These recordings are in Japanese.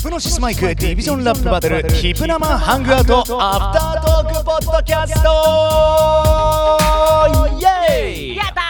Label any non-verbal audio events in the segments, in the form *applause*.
そのシスマイクディビジョンラップバトルヒプ生ハングアウトアフタートークポッドキャストイエーイやった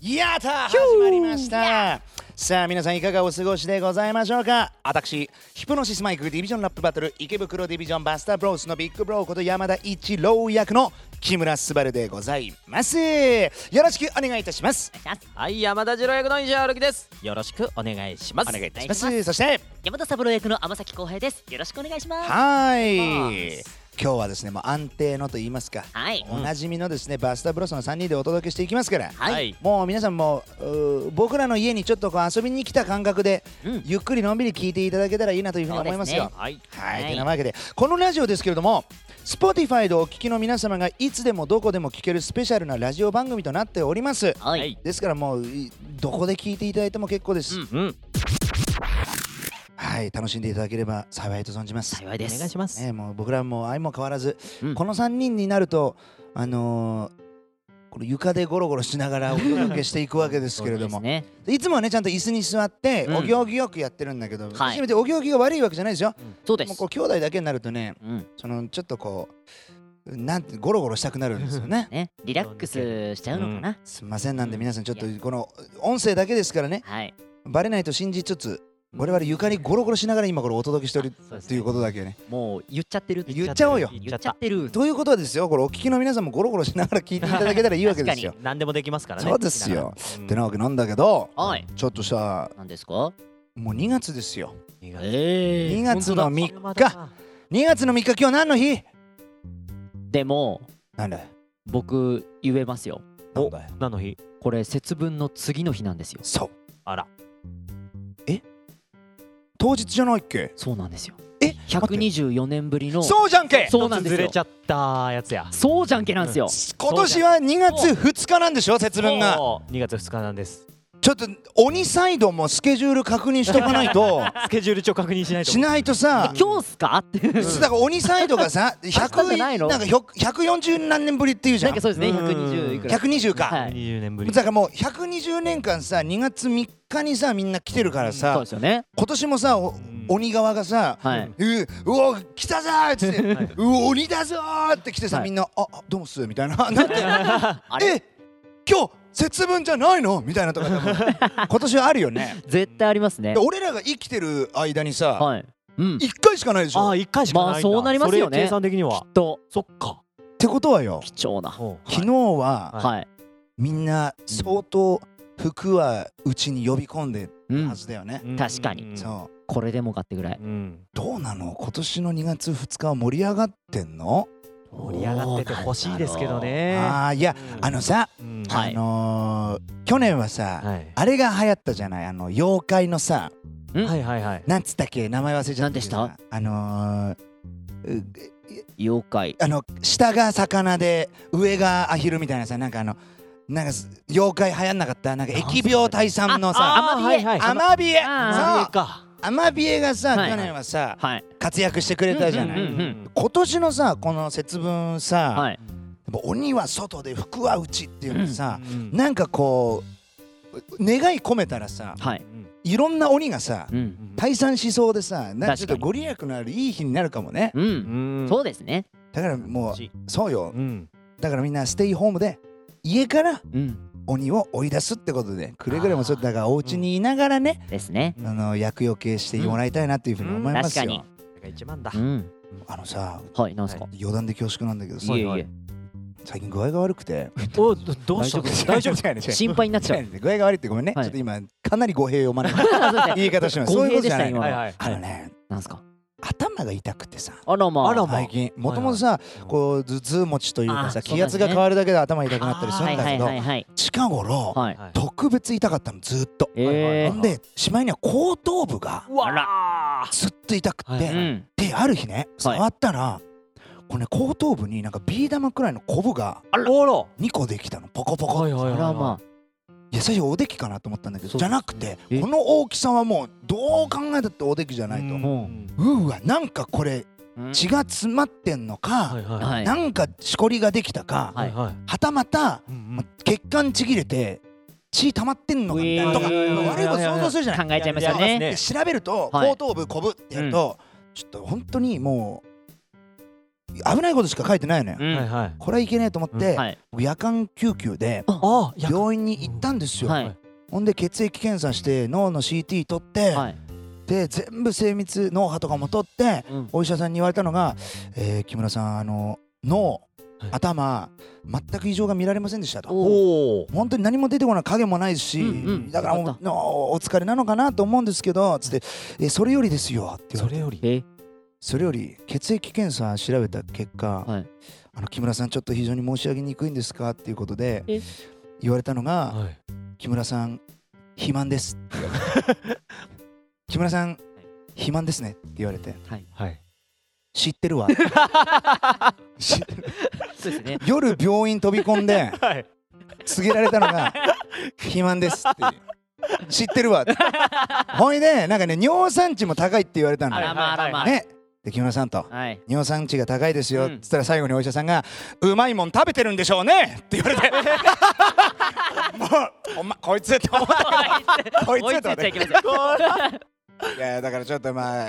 やったー始まりましたさあ皆さんいかがお過ごしでございましょうか私ヒプノシスマイクディビジョンラップバトル池袋ディビジョンバスターブロースのビッグブローこと山田一郎役の木村昴でございますよろしくお願いいたしますはい、山田次郎役の西原きです。よろしくお願いします。お願いいたしまお願いしすそして山田三郎役の天崎浩平ですよろしくお願いしますはいお願いし今日はですねもう安定のと言いますか、はいおなじみのですねバスターブロスの3人でお届けしていきますから、はいはいもう皆さんもううー僕らの家にちょっとこう遊びに来た感覚で、うんゆっくりのんびり聞いていただけたらいいなというふうに思いますよ。そうですはい。はい、はいてなわけでこのラジオですけれども Spotify でお聞きの皆様がいつでもどこでも聞けるスペシャルなラジオ番組となっておりますはい、はいですからもういどこで聞いていただいても結構です、うんうん。はい楽しんでいただければ幸いと存じます幸いですお願いしまねす。え、もう僕らも相も変わらず、うんこの3人になるとあのーこの床でゴロゴロしながらお届けしていくわけですけれども、 *laughs* そうですねいつもはねちゃんと椅子に座って、うんお行儀よくやってるんだけど、い初めてお行儀が悪いわけじゃないですよそうでもうすこう兄弟だけになるとねうんそのちょっとこうなんてゴロゴロしたくなるんですよねねリラックスしちゃうのかな、すいませんなんでうん皆さんちょっとこの音声だけですからねはいバレないと信じつつ我々床にゴロゴロしながら今これお届けしておるそうですねということだけねもう言っちゃってる。言っちゃおうよ言言っっちちゃゃっ。ったてるということはですよこれお聞きの皆さんもゴロゴロしながら聞いていただけたらいいわけですよ何でもできますからね。そうですようん。ってなわけなんだけどはいちょっとさなんですかもう2月ですよ二月え2本月当だの3日。2月の3日今日何の日でもなんだ僕言えますよなんだよ何の日？これ節分の次の日なんですよそうあら。当日じゃないっけそうなんですよえ124年ぶりのそうじゃんけそうなんですずよれちゃったやつや。そうじゃんけなんですよ、今年は2月2日なんでしょ節分がそう。二月二日なんです。ちょっと鬼サイドもスケジュール確認しとかない *laughs* とスケジュール帳確認しないと。しないとさ今日っすかっていうだから鬼サイドが *laughs* さ明日じ100ゃないのなんかひょ140何年ぶりっていうじなゃんんかそうですねうん120いくら120か、はい二十年ぶり。だからもう120年間さ2月3日にさみんな来てるからそうさですよね今年もさおん鬼側がさは「いううお来たぞ!」っつってはい「うお鬼だぞ!」って来てさはみいんな「ああどうもっす」みたいななん *laughs* てあれえ今日節分じゃないのみたいなとか多分今年はあるよね絶対あります *laughs* ねで俺らが生きてる間にさはいうん一回しかないでしあょっあ一回しかないんだ。まあそうなりますよそねれ計算的には。とそっか。てことはよ貴重なうん昨日ははいはいみんな相当服はうちに呼び込んでうるはんずだよねうん確かにそうこれでもかってぐらいうん。どうなの今年の2月2日は盛り上がってんの盛り上がっててほしいですけどね。ああいやうんあのさうんあはいのー去年はさはい。あれが流行ったじゃないあの妖怪のさうんはいはいはい。なんつったっけ名前忘れちゃったけどさ何であのーう妖怪あの下が魚で上がアヒルみたいなさなんかあのなんかす妖怪流行んなかったなんか疫病退散のさあーはいはい。アマビエあそそううか。アマビエがさはい去年はさはい活躍してくれたじゃうなんうんいうん今年のさこの節分さはいやっぱ鬼は外で服は内っていうのさうんなんかこう願い込めたらさはういんいろんな鬼がさうん退散しそうでさなんかちょっ確かとにご利益のあるいい日になるかもねううんんそうですねだからもうんうそうようんだからみんなステイホームで家からうん鬼を追い出すってことでくれぐれもそうだからお家にいながらね、ですねうんあの厄除けしてもらいたいなっていうふうに思いますよ、うん確が一番だう。んあのさはいなんすか余談で恐縮なんだけどさいえいえ最近具合が悪くておどどう *laughs* した？大丈夫。夫違うね違うね心配になっち *laughs* ゃ違ううね具合が悪いってごめんね、はいちょっと今かなり語弊を招く *laughs* 言い方してます語そういうこと弊でじしゃたない今はのいはい。あのね *laughs* なんすか頭が痛くてさあらまあらま最近もともとさ、こう頭痛持ちというかさあ気圧そうだがね変わるだけで頭痛くなったりすはるんいだはけいど、はいはい近頃、はいはい特別痛かったのずーっと、えほんでしまいには後頭部がうわあら。ずっと痛くて、はいーうんである日ね触ったら、これね後頭部になんかビー玉くらいのコブがあら。は2個できたのポコポコ、い、いはいあはい。らまや最初おできかなと思ったんだけど、そうじゃなくてえこの大きさはもうどう考えたっておできじゃないと、うんうわなんかこれうん血が詰まってんのか、はいはい。はいなんかしこりができたか、はいはい。はたまたうんうん血管ちぎれて血溜まってんのかみたいなとかうえー悪いこと想像するじゃない考えちゃいますよいやいやいやね。で調べるとはい後頭部こぶってやるとちょっと本当にもう危ないことしか書いてないのようんはいはいこれはいけねえと思ってはい。僕夜間救急であや病院に行ったんですよはい。ほんで血液検査して脳の CT 取ってはい。で全部精密脳波とかも取ってうんお医者さんに言われたのが「えー木村さんあの脳はい頭全く異常が見られませんでした」と。おおお本当に何も出てこない影もないし、うんうんだからよかもっうおお疲れなのかなと思うんですけどつって「えそれよりですよ」って言そわれてれよりえそれより血液検査調べた結果、はい。あの木村さんちょっと非常に申し上げにくいんですかっていうことでえ言われたのがはい「木村さん肥満です」って言われ *laughs* て木村さん肥満ですね」って言われてはい。はい「知ってるわ」知ってるそうですね。夜病院飛び込んではい告げられたのが「肥満です」っていう知ってるわってほいでなんかね尿酸値も高いって言われたのあよらまあらまあ。ねで木村さんとはい。尿酸値が高いですよ、うんつったら最後にお医者さんが「うまいもん食べてるんでしょうね」って言われ *laughs* てもうほんまこいつって思ったけどこい追ついっつてい思ちゃいっけませたん。いやだからちょっとまあ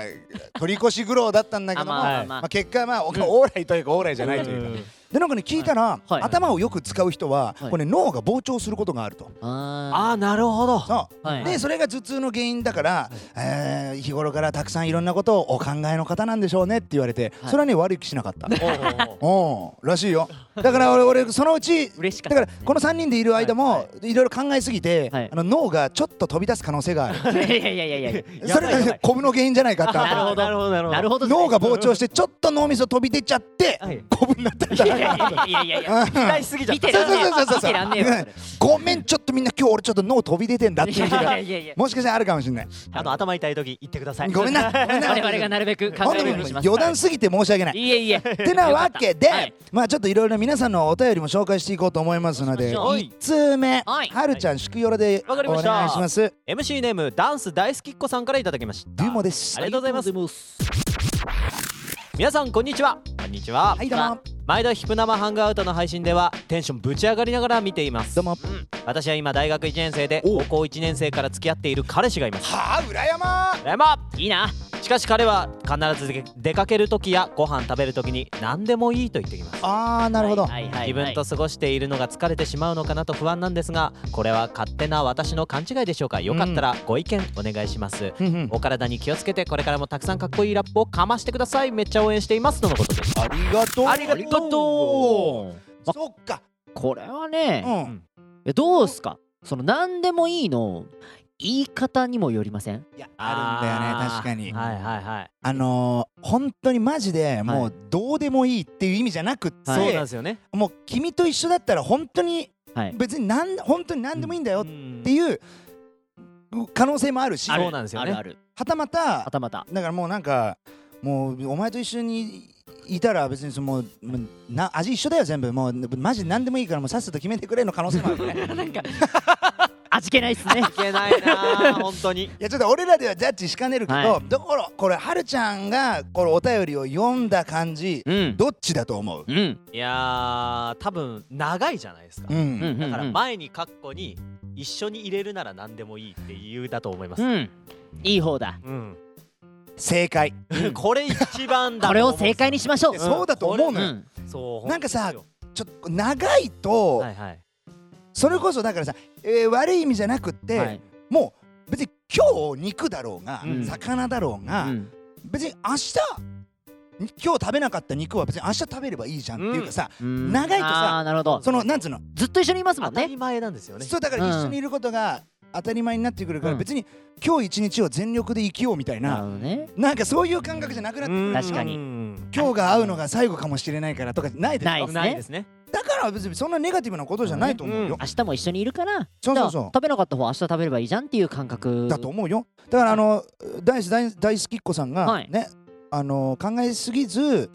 取り越し苦労だったんだけどもあまあまあまあ結果まあおオーライというかオーライじゃないというか、でなんかね聞いたら、はい頭をよく使う人は、はいこれ脳が膨張することがあると。 *laughs* あああなるほどそうはいでそれが頭痛の原因だから、えー日頃からたくさんいろんなことをお考えの方なんでしょうねって言われて、はいそれはね悪い気しなか *laughs* った。おーうんらしいよだから俺俺そのうちあ。嬉しかだっかたらこの3人でいる間はもいろいろ考えすぎて、はいあの脳がちょっと飛び出す可能性があるいやいやいやい *laughs* や *laughs* いや。それやばいやばがいコブの原因じゃないかって *laughs* なるほどなるほどなるほどなるほど。脳が膨張してちょっと脳みそ飛び出ちゃってはいコブになったん *laughs* いやだいやいやいやいや。期待しすぎちゃっ見たてらんねえそうそうそうそう見てらんねえわそれごめんちょっとみんな今日俺ちょっと脳飛び出てんだっていいうや日いやがいやいや。もしかしたらあるかもしれないあの頭痛い時言ってくださいごめんなごめんな我々がなるべく考本え当るにようにします。余談すぎて申し訳ないいいえいいえ。ってなわけで、はいまあちょっといろいろ皆さんのお便りも紹介していこうと思いますのでどう1し通目、はいはるちゃん祝よろでおわかりま願いしたします。 MC ネームダンス大好きっ子さんからいただきましたデュモですあ。りがとうございますます。皆さんこんにちはこんにちははいどうも毎度ヒプ生ハングアウトの配信ではテンションぶち上がりながら見ていますどうも。私は今大学1年生で高校1年生から付き合っている彼氏がいますはあ裏山。でもいいな。しかし彼は必ず出出かける時やご飯食べる時に何でもいいと言ってきますああなるほど。はいはいはいはい自分と過ごしているのが疲れてしまうのかなと不安なんですがこれは勝手な私の勘違いでしょうかよかったらご意見お願いします、うんうんお体に気をつけてこれからもたくさんかっこいいラップをかましてくださいめっちゃ応援していますとのことですありがとう。ありがとう。そっか。これはうね、ん。いやどうすか。その何でもいいの言い方にもよりません。いやあるんだよね確かに。はいはいはいあのー本当にマジでもはうどうでもいいっていう意味じゃなくって、はいそうなんですよねもう君と一緒だったら本当にはい。別になん本当に何でもいいんだよっうんていう可能性もあるし、あるそうはなんですよねあるある。たまたまたまた。だからもうなんかもうお前と一緒にいたら別にそのもうもうな味一緒だよ全部もうマジで何でもいいからもうさっさと決めてくれの可能性もある *laughs* ね *laughs* なんか味気ないっすね。いけないなあ本当にいやちょっと俺らではジャッジしかねるけど、はだからこれはるちゃんがこれお便りを読んだ感じうん。どっちだと思ううん。いやー多分長いじゃないですか、うん、うんだから前にカッコに一緒に入れるなら何でもいいって言うだと思います、うん。いい方だ。うん正解、 *laughs* これ一番だことれ思うを正解にしましょう。そうだと思ううのよ、ん。そうなんかさ本ちょっと長いと、当ですよはいはいそれこそだからさ、えー悪い意味じゃなくって、はい。もう別に今日肉だろうが、うん魚だろううが、ん。別に明日に今日食べなかった肉は別に明日食べればいいじゃんっていうかさ、うん長いとさあーなるほど。そのなんつうの、ずっと一緒にいますも当んたね。り前なんですよねそうだから一緒にいることが当たり前になってくるから、うん別に今日一日を全力で生きようみたいなるな、ほどね。なんかそういう感覚じゃなくなってくるうん確かにうん今日が会うのが最後かもしれないからとかないでしょないないですねだから別にそんなネガティブなことじゃないと思うよ、うん明日も一緒にいるから。そうそうじゃそうあ食べなかった方は明日食べればいいじゃんっていう感覚だと思うよだからあの大好大大好きっ子さんがはいね、あの考えすぎず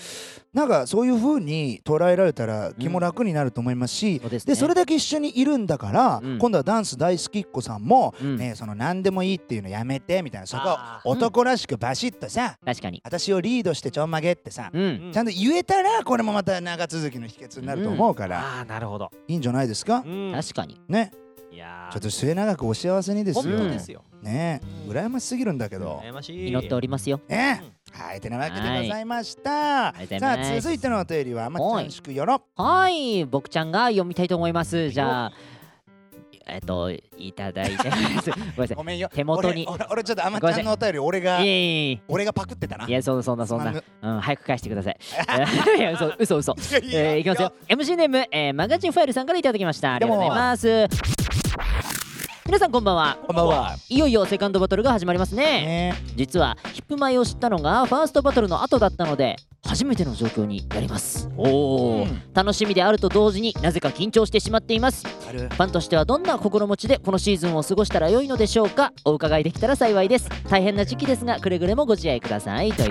なんかそういう風に捉えられたら気も楽になると思いますし、そうですねでそれだけ一緒にいるんだから、うん今度はダンス大好きっ子さんも、うんね、その何でもいいっていうのやめてみたいなそこあー男らしくバシッとさ、確かに。私をリードしてちょんまげってさ、うん。ちゃんと言えたらこれもまた長続きの秘訣になると思うから、ああなるほどいいんじゃないですか、うん確かに。ねいやちょーっと末永くお幸せにです本よ当んですよ、ねえ羨ましすぎるんだけど羨ましい祈っておりますよねえはいてなわけでございましたりがとうござさいますあ続いてのお便りはまっちゃんしくよろはい僕ちゃんが読みたいと思いますじゃあえっといただいてごめんなさいごめんよ手元に俺俺俺ちょっとあまちゃんのお便り俺がいやいやい俺がパクってたなやいやそんなそんなそんすな、うん、早く返してくだ *laughs* さいいや嘘嘘嘘まんぬ *laughs* えー、いきますよ MC ネーム、えー、マガジンファイルさんからいただきましたありがとうございます皆さんこんばんはこんばんはいよいよセカンドバトルが始まりますねね実はヒップマイを知ったのがファーストバトルの後だったので初めての状況になりますおお、うん楽しみであると同時になぜか緊張してしまっていますあるファンとしてはどんな心持ちでこのシーズンを過ごしたら良いのでしょうかお伺いできたら幸いです大変な時期ですがくれぐれもご自愛くださいという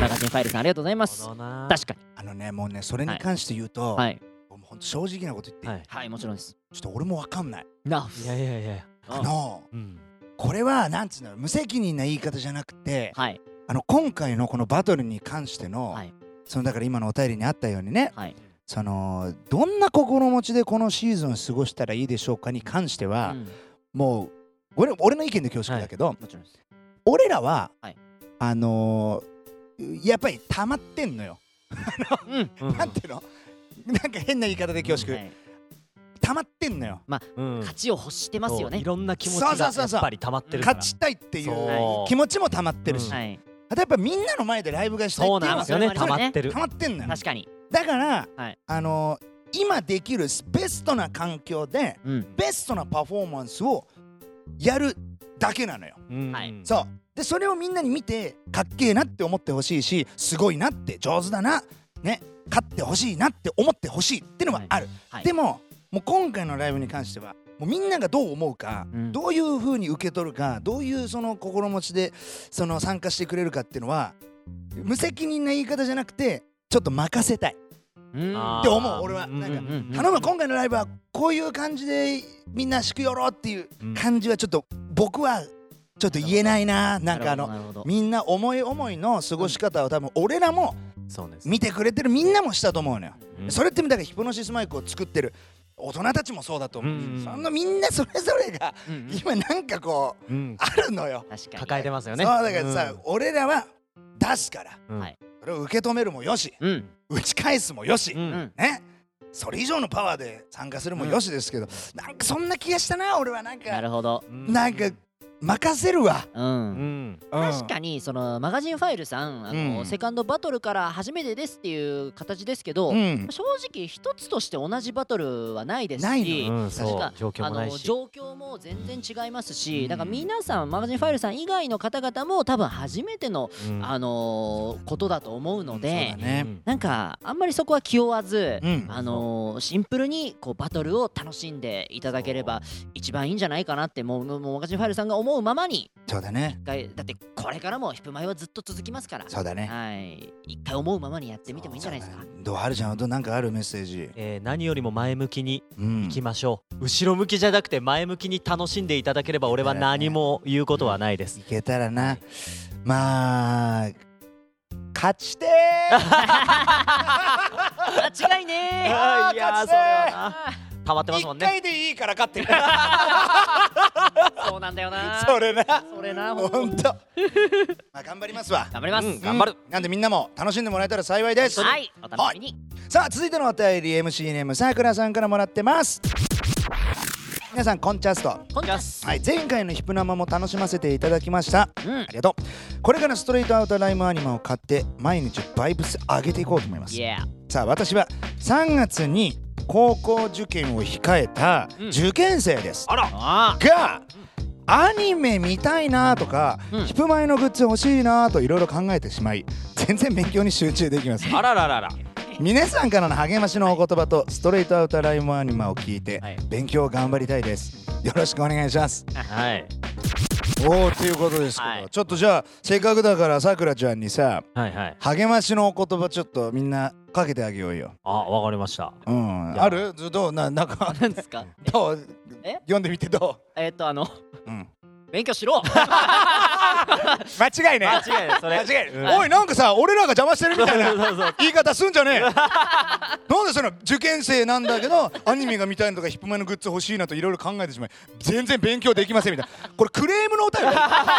マガジンファイルさんありがとうございますこのな確かにあのねもうねそれに関して言うとはいもうほんと正直なこと言ってはいはいもちろんですちょっと俺もわかんないな、いやいやいやいやあのうんこれはなんつうの無責任な言い方じゃなくてはいあの今回のこのバトルに関しての、はいそのだから今のお便りにあったようにねはい、そのどんな心持ちでこのシーズンを過ごしたらいいでしょうかに関しては、うんもう俺俺の意見で恐縮だけど、もちろんです俺らは、はいあのーやっぱり溜まってんのよ。うんうんなんていうの *laughs* なんか変な言い方で恐縮、はい溜まってんのよ。うん勝ちを欲してますよそうねいろんな気持ちそうそうがそやうそうっぱり溜まってるから勝ちたいっていうそう気持ちも溜まってるし、うんはいあとやっぱみんなの前でライブがしたいっていそううのなんはですよねそれ溜はまありますねってる溜まってんのよ。確かにだから、はいあのー今できるベストな環境でうんベストなパフォーマンスをやるだけなのよ。うんはいそうでそれをみんなに見てかっけえなって思ってほしいしすごいなって上手だなね勝ってほしいなって思ってほしいってのはある、はいでももう今回のライブに関してはもうみんながどう思うか、うんどういう風に受け取るかどういうその心持ちでその参加してくれるかっていうのは無責任な言い方じゃなくてちょっと任せたいうんあーって思う俺はうんなんかうんうん頼む今回のライブはこういう感じでみんなしくよろっていううん感じはちょっと僕はちょっと言えないななんかあのなるほどなるみんな思い思いの過ごし方を多分俺らもそうです見てくれてるみんなもしたと思うのよ。うんそれってだからヒプノシスマイクを作ってる大人たちもそうだと思う。うんそんなみんなそれぞれがほどうんうん今なんかこううんあるのよ。確かに抱えてますよねそうだからさ、うん俺らは出すからうんはいそれを受け止めるもよしうん打ち返すもよし、うんうんねそれ以上のパワーで参加するもよしですけど、なんかそんな気がしたな俺はなんなかるほどうんなんか任せるわ。ううんん確かにそのマガジンファイルさんあの、うんセカンドバトルから初めてですっていう形ですけど、うん正直一つとして同じバトルはないですしないのうよんそ確うか状況あもないのし状況も全然違いますし、うんだから皆さんマガジンファイルさん以外の方々も多分初めての、うんあのーことだと思うので、そうだねうんなんかあんまりそこは気負わず、うんあのーシンプルにこうバトルを楽しんでいただければ一番いいんじゃないかなってもうもうマガジンファイルさんが思うままにそうだね一回だってこれからもヒップマイはずっと続きますから、そうだね。はい一回思うままにやってみてもいいんじゃないですかどうあるじゃんどうなんかあるメッセージ。えー何よりも前向きにうん行きましょう、後ろ向きじゃなくて前向きに楽しんでいただければ俺は何も言うことはないですい、けたらな。まあ勝ちて *laughs* 間違いねーあーいやーそれはあな溜まってー。ますもんねでいいから勝ってる。ー *laughs* そうなんだよなーそ *laughs* れな。それなほんと本当。まあ頑張りますわ。頑張ります、うん頑張るなんでみんなも楽しんでもらえたら幸いです。はいお楽しみに、さあ続いてのお便り MC ネームさくらさんからもらってます。皆さんこんちゃすと。こんにちははい前回のヒプ生も楽しませていただきました。うんありがとう。これからストレートアウトライムアニマを買って毎日バイブス上げていこうと思いますイ。エーさあ私は3月に高校受験を控えたうん受験生です、あらあがアニメ見たいなとか、うんヒプマイのグッズ欲しいなといろいろ考えてしまい全然勉強に集中できませんあらららら皆さんからの励ましのお言葉とストレートアウトライムアニマを聞いてはい勉強を頑張りたいですよろしくお願いしますはいおおということですけど、はいちょっとじゃあせっかくだからさくらちゃんにさはいはい励ましのお言葉ちょっとみんなかけてあげようよあわかりましたうんじゃああるずどうななんかなんですかどうえ読んでみてどえーっとあの *laughs* う、うん、勉強しろ間違いね間違いないそれ間違いうんないおいなんかさ俺らが邪魔してるみたいそうそうそなう言い方すんじゃねえなんでその受験生なんだけどアニメが見たいのとかヒップマイのグッズ欲しいなといろいろ考えてしまい全然勉強できませんみたいなこれクレームのお便り違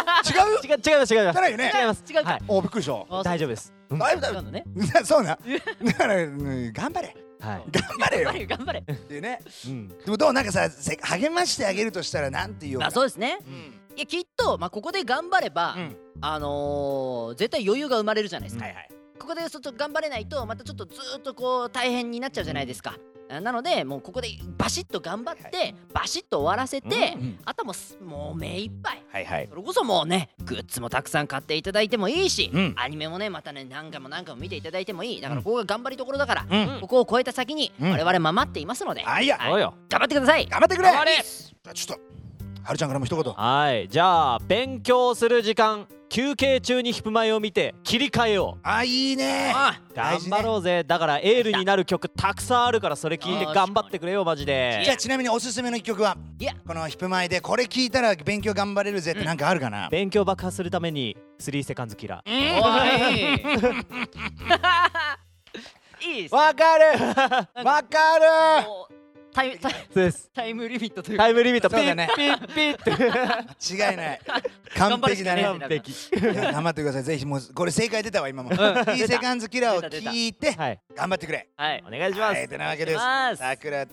うじ違う違います違いますゃないよね違います違うかはいおびっくりしたあ大丈夫ですうんだいぶだいそうなぶのねそうなだからうん頑張れはい頑張れよ *laughs* 頑張れよ頑張れっていうねうんでもどうなんかさせ励ましてあげるとしたらなんて言おうまあかそうですねうんいやきっと、まあ、ここで頑張れば、うんあのー絶対余裕が生まれるじゃないですか、はいはいここでちょっと頑張れないとまたちょっとずーっとこう大変になっちゃうじゃないですか、あなのでもうここでバシッと頑張って、バシッと終わらせて、うんあとはもうすもう目いっぱいはいはいそれこそもうねグッズもたくさん買っていただいてもいいし、うんアニメもねまたね何回も何回も見ていただいてもいいだからここが頑張りどころだから、うんここを超えた先にうん我々も待っていますので、あいやそうよ頑張ってください頑張ってくれ頑張れじゃあちょっとはるちゃんからも一言はいじゃあ勉強する時間休憩中にヒップマイを見て切り替えようあいいねあ頑大事ね張ろうぜだからエールになる曲たくさんあるからそれ聞いてあー頑張ってくれよマジでじゃあちなみにおすすめの一曲はいやこのヒップマイでこれ聞いたら勉強頑張れるぜってなんかあるかな勉強爆破するために3セカンズキラ *laughs* ーおいいいですわかるわかるもうタイムタイそうですタイムリミットというかタイムリミットピそうだッねピッピッって違いない完璧だね頑張完る璧いや頑張ってくださいぜひもうこれ正解出たわ今も「いいセカンズキラー」を聞いてはい頑張ってくれはいお願いしまはいすてなわけ出ですますさくら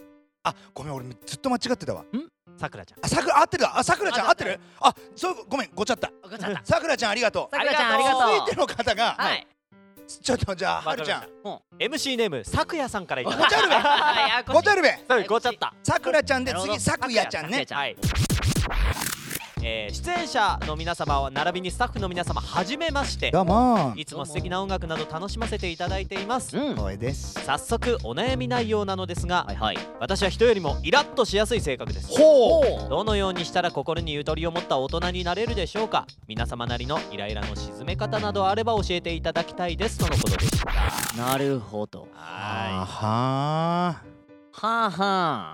あごめん俺ずっと間違ってたわさくらちゃんあさくら合ってるだあさくらちゃん合ってるあそうごめんごちゃったわかっちゃったさくらちゃんありがとうさくらちゃんありがとう続いての方がはいちょっとじゃあはるちゃんも MC ネームさくやさんからいたごだちきまゃるべう *laughs* はいやごちゃるべすごちゃったさくらちゃんでなるほ次どさくやちゃんねさくやはいえー出演者の皆様並びにスタッフの皆様はじめましてどうもいつも素敵な音楽など楽しませていただいていますうんおいです早速お悩み内容なのですが、はいはい私は人よりもイラッとしやすい性格ですほうおどのようにしたら心にゆとりを持った大人になれるでしょうか皆様なりのイライラの沈め方などあれば教えていただきたいですとのことでしたなるほどあはははあは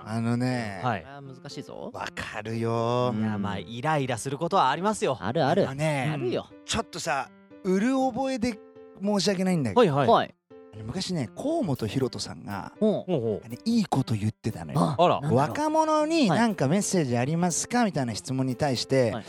ああのねはあいあー難しいぞわかるよういんやまあイライラすることはありますよあるああるのねあるよちょっとさうる覚えで申し訳ないんだけどはいはいはいあの昔ね河本大翔さんがもほうほあのいいこと言ってたのうよあらなんだろう若者にはい何かメッセージありますかみたいな質問に対して、はい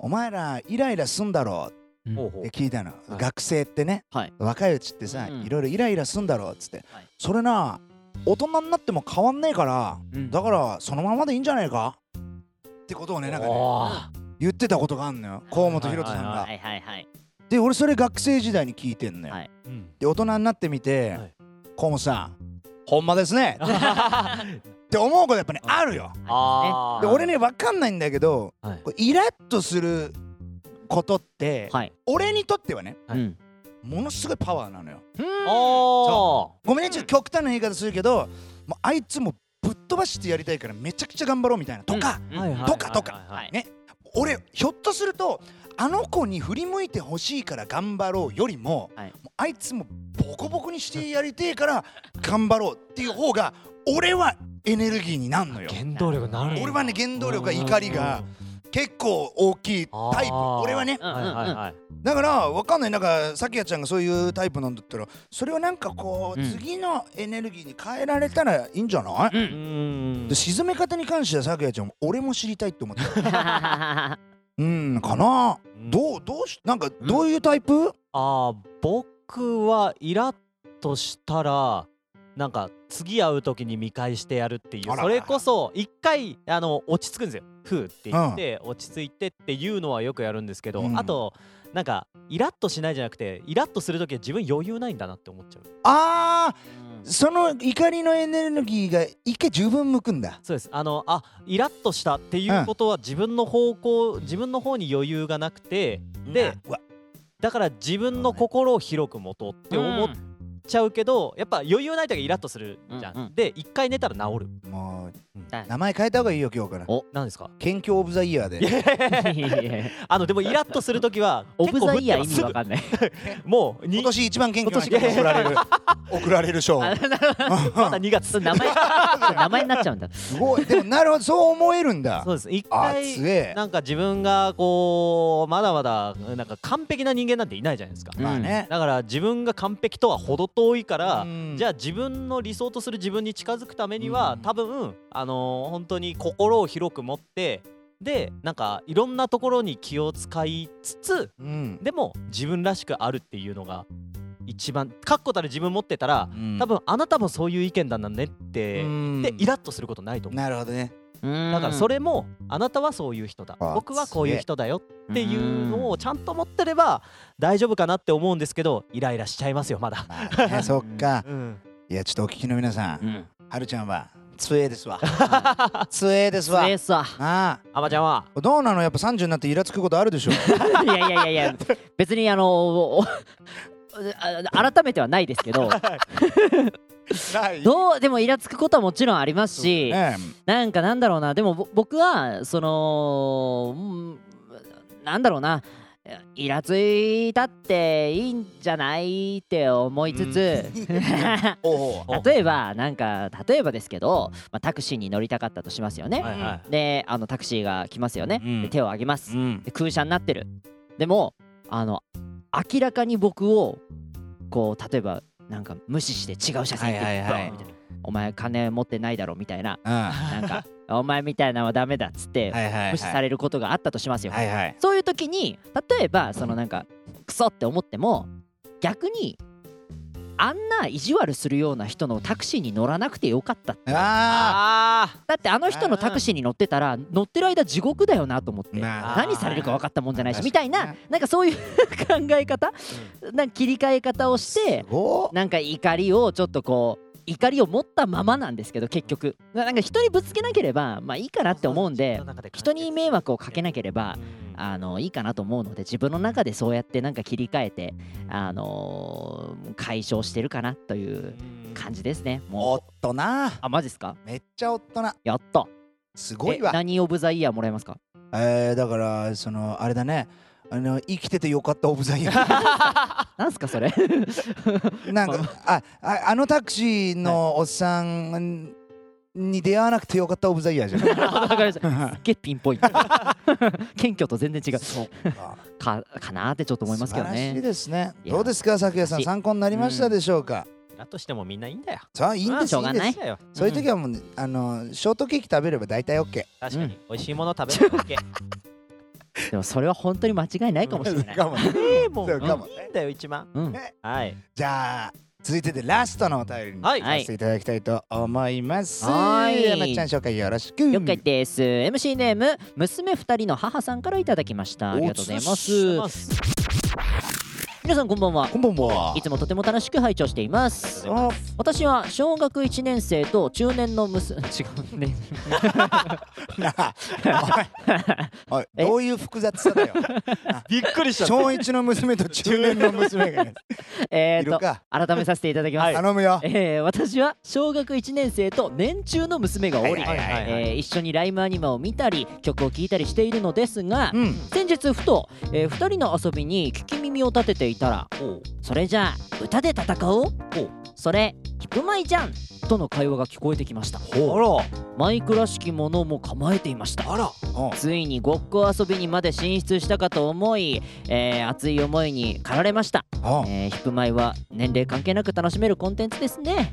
お前らイライラすんだろうんうほううほうって聞いたの、はい学生ってね、はい若いうちってさ、うんいろいろイライラすんだろうっつって、はいそれな大人になっても変わんねえからうんだからそのままでいいんじゃねえかってことをねなんかねおー言ってたことがあんのよ河本大翔さんが、はいはいはいはいで俺それ学生時代に聞いてんのよ、はいうんで大人になってみて、はい河本さんほんまですねって思うことやっぱねあるよあーで俺ね分かんないんだけど、はいこうイラッとすることって、はい俺にとってはねはいうんものすごいパワーなのよおごめんねちょっと極端な言い方するけど、もうあいつもぶっ飛ばしてやりたいからめちゃくちゃ頑張ろうみたいなとか、うんーはいはいとかとかはいはいはいね俺ひょっとするとあの子に振り向いてほしいから頑張ろうよりも,、はいもうあいつもボコボコにしてやりてえから頑張ろうっていう方が俺はエネルギーになるのよ。原動力なるんだ俺はね原動力がうん怒りが結構大きいタイプあー俺はねうんうんはいうんはいはいだからわかんないなんかさきやちゃんがそういうタイプなんだったらそれをなんかこう、うん次のエネルギーに変えられたらいいんじゃない、ううんんで沈め方に関してはさきやちゃんも俺も知りたいって思った *laughs* あうんかな、うんどうどうしなんかんどういうタイプ、あー僕はイラッとしたらなんか次会う時に見返してやるっていうあらそれこそ一回あの落ち着くんですよ「ふう」って言って、落ち着いてっていうのはよくやるんですけど、うんあとなんかイラッとしないじゃなくてイラッとする時は自分余裕ないんだなって思っちゃうあーその怒りのエネルギーが一回十分向くんだそうですあのあイラッとしたっていうことは自分の方向、自分の方に余裕がなくてでうわだから自分の心を広く持とうって思っちゃうけど、やっぱ余裕ない時はイラッとするじゃん、うんうんで一回寝たら治るもうはい名前変えた方がいいよ今日からおなんですか *laughs* 研究オブザイヤーで *laughs* いやいやいやあのでもイラッとするときはオブザイヤー意結構降味わってまかんないすぐもうに今年一番謙虚な人今に年贈ら *laughs* れる贈られる賞あなるほまだ2ど月名 *laughs* 前名前になっちゃうんだ *laughs* すごいでもなるほどそう思えるんだそうです一あ回強えなんか自分がこうまだまだなんか完璧な人間なんていないじゃないですか、うんまあねだから自分が完璧とは程遠いから、うんじゃあ自分の理想とする自分に近づくためには、うん多分あのー本当に心を広く持ってでなんかいろんなところに気を使いつつうんでも自分らしくあるっていうのが一番確固たる自分持ってたら、うん多分あなたもそういう意見だなんだねって、うんでイラッとすることないと思う。なるほどねだだからそれもあなたはそういう人だあ僕はこういう人だよっていうのををちゃんと持ってれば大丈夫かなって思うんですけどイライラしちゃいますよまだ。まあねそっかうん、いやちょっとお聞きの皆さんうんはるちゃんは強え *laughs* ですわ強えですわえーさああまちゃんはあどうなのやっぱ30になってイラつくことあるでしょ *laughs* いやいやいやいや別にあの *laughs* おおあ改めてはないですけどないどうでもイラつくことはもちろんありますし、ねなんかなんだろうなでもぼ僕はそのうんなんだろうなイラついたっていいんじゃないって思いつつ、 *laughs* おうお例えばなんか例えばですけど、まあ、タクシーに乗りたかったとしますよね、はいはであのタクシーが来ますよね、うんで手を挙げます、うんで空車になってるでもあの明らかに僕をこう例えばなんか無視して違う車線行ってはいはいはいボンみたいなお前金持ってないだろみた *laughs* いなうんはなんかお前みたいなのはダメだっつっていはいはい無視されることがあったとしますよ、はいはいそういう時に例えばそのなんかクソって思っても逆にあんな意地悪するような人のタクシーに乗らなくてよかったってだああってあの人のタクシーに乗ってたら乗ってる間地獄だよなと思ってまあ何されるか分かったもんじゃないしまあみたい確かなになんかそういう *laughs* 考え方なんか切り替え方をしてあおなんか怒りをちょっとこう怒りを持ったままなんですけど結局ななんか人にぶつけなければまあいいかなって思うんで人に迷惑をかけなければあのいいかなと思うので自分の中でそうやってなんか切り替えて、あのー解消してるかなという感じですね。もおうっとなあマジですかめっちゃおっとなやったすごいえわ何オブザイヤーもらえますかえーだからそのあれだねあの生きててよかったオブザイヤーなんすかそれ *laughs* なんかあああのタクシーのおっさんに出会わなくてよかったオブザイヤーじゃないわかりましたすっげえピンポイント謙虚と全然違うそっかかかなーってちょ *laughs* っと思いますけど素晴らしいねですねいやどうですか咲夜さ素晴らんしい参考になりましたでしょうか、だとしてもみんないいんだよ。さあいいんですしょうがないんですだよそういう時はもう、あのショートケーキ食べれば大体 OK 確かに美味しいもの食べるだけ。でもそれは本当に間違いないかもしれな *laughs* いかもねええもうそうかもいいんだよ一番。うんはい。じゃあ続いてでラストのお便りにはさいせていただきたいと思いますはーい山ちゃん紹介よろしく了解です MC ネーム娘二人の母さんからいただきましたありがとうございますす。皆さんこんばんはこんばんはいつもとても楽しく拝聴しています私は小学1年生と中年の娘 *laughs* 違う *laughs* ねなあ *laughs* おいおいどういう複雑さだよびっくりしちゃっ小一の娘と中年の娘がえいーるとか改めさせていただきます、頼むよえー私は小学1年生と年中の娘がおり、はいはいはいはいえー一緒にライブアニメを見たり曲を聴いたりしているのですが、うん先日ふと、え2人の遊びに聞き耳を立てていたら「それじゃあ歌で戦おう」それヒプマイじゃん」との会話が聞こえてきましたほマイクらしきものも構えていましたらあらおうついにごっこ遊びにまで進出したかと思い、えー熱い思いに駆られました、おうえーヒップマイは年齢関係なく楽しめるコンテンツですね、なんで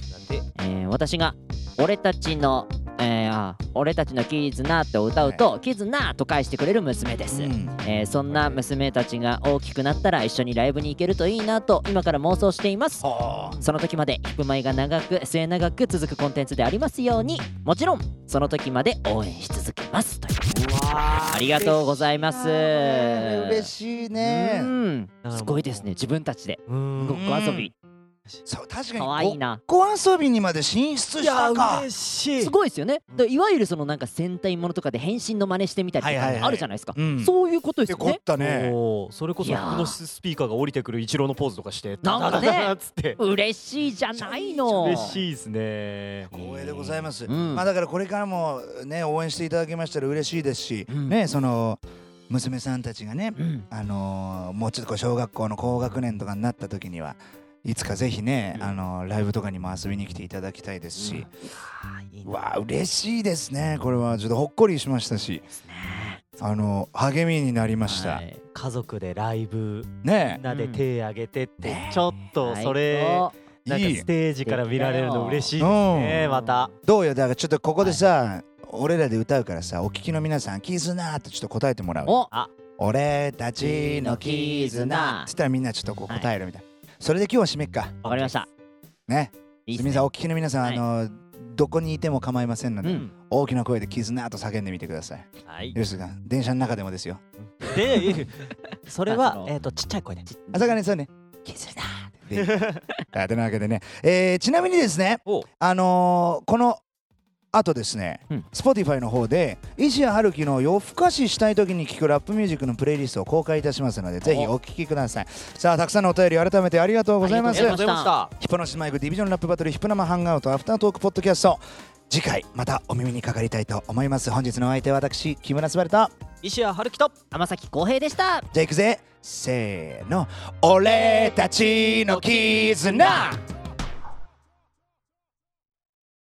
えー私が「俺たちの、えーあ俺たちのキズナ」と歌うと「キズナ」と返してくれる娘です、うんえーそんな娘たちが大きくなったら一緒にライブに行けるといいなと今から妄想していますはあその時までヒップマイが長く末長く続くコンテンツでありますようにもちろんその時まで応援し続けますというありがとうございます嬉しいねうんなるほどすごいですね自分たちでうーんごっこ遊びそう確かに可愛いなごっこ遊びにまで進出いしたか嬉しすごいですよねでいわゆるそのなんか戦隊ものとかで変身の真似してみたりとはいはいはいかあるじゃないですか、うんそういうことですでよ凝っねたねおーそれこそいやー服のスピーカーが降りてくるイチローのポーズとかしてなんかねっつって嬉しいじゃないの嬉しいですね光栄でございます、うんまあだからこれからもね応援していただけましたら嬉しいですし、うんねその娘さんたちがね、うんあのーもうちょっとこう小学校の高学年とかになった時にはいつかぜひね、うんあのーライブとかにも遊びに来ていただきたいですうんし、あーいいなわあ嬉しいですねこれはちょっとほっこりしましたしあのー励みになりました、はい家族でライブみねんなで手挙げてって、うんちょっとそれ最高なんかいいステージから見られるの嬉しいですねうんまたどうよだからちょっとここでさ、俺らで歌うからさお聞きの皆さん「絆ってちょっと答えてもらうお俺たちの絆っつったらみんなちょっとこうはい答えるみたい、それで今日は締めっかわかりましたねいいっす皆ねさんお聞きの皆さん、はいあのどこにいても構いませんので、うん大きな声で「絆」と叫んでみてくださいはいよろしいですか電車の中でもですよ *laughs* でそれあそはのえっ、とちっちゃい声で朝からねそうね「絆」ってというわけでね、えーちなみにですねおあのーこのあとですね、うん Spotify の方で石谷春樹の夜更かししたい時に聴くラップミュージックのプレイリストを公開いたしますのでぜひお聴きくださいさあたくさんのお便り改めてありがとうございあまりすがとうございまたヒプノシスマイクディビジョンラップバトルヒプナマハンガウトアフタートークポッドキャスト次回またお耳にかかりたいと思います本日のお相手は私木村昴と石谷春樹と天崎浩平でしたじゃあいくぜせーの俺たちの絆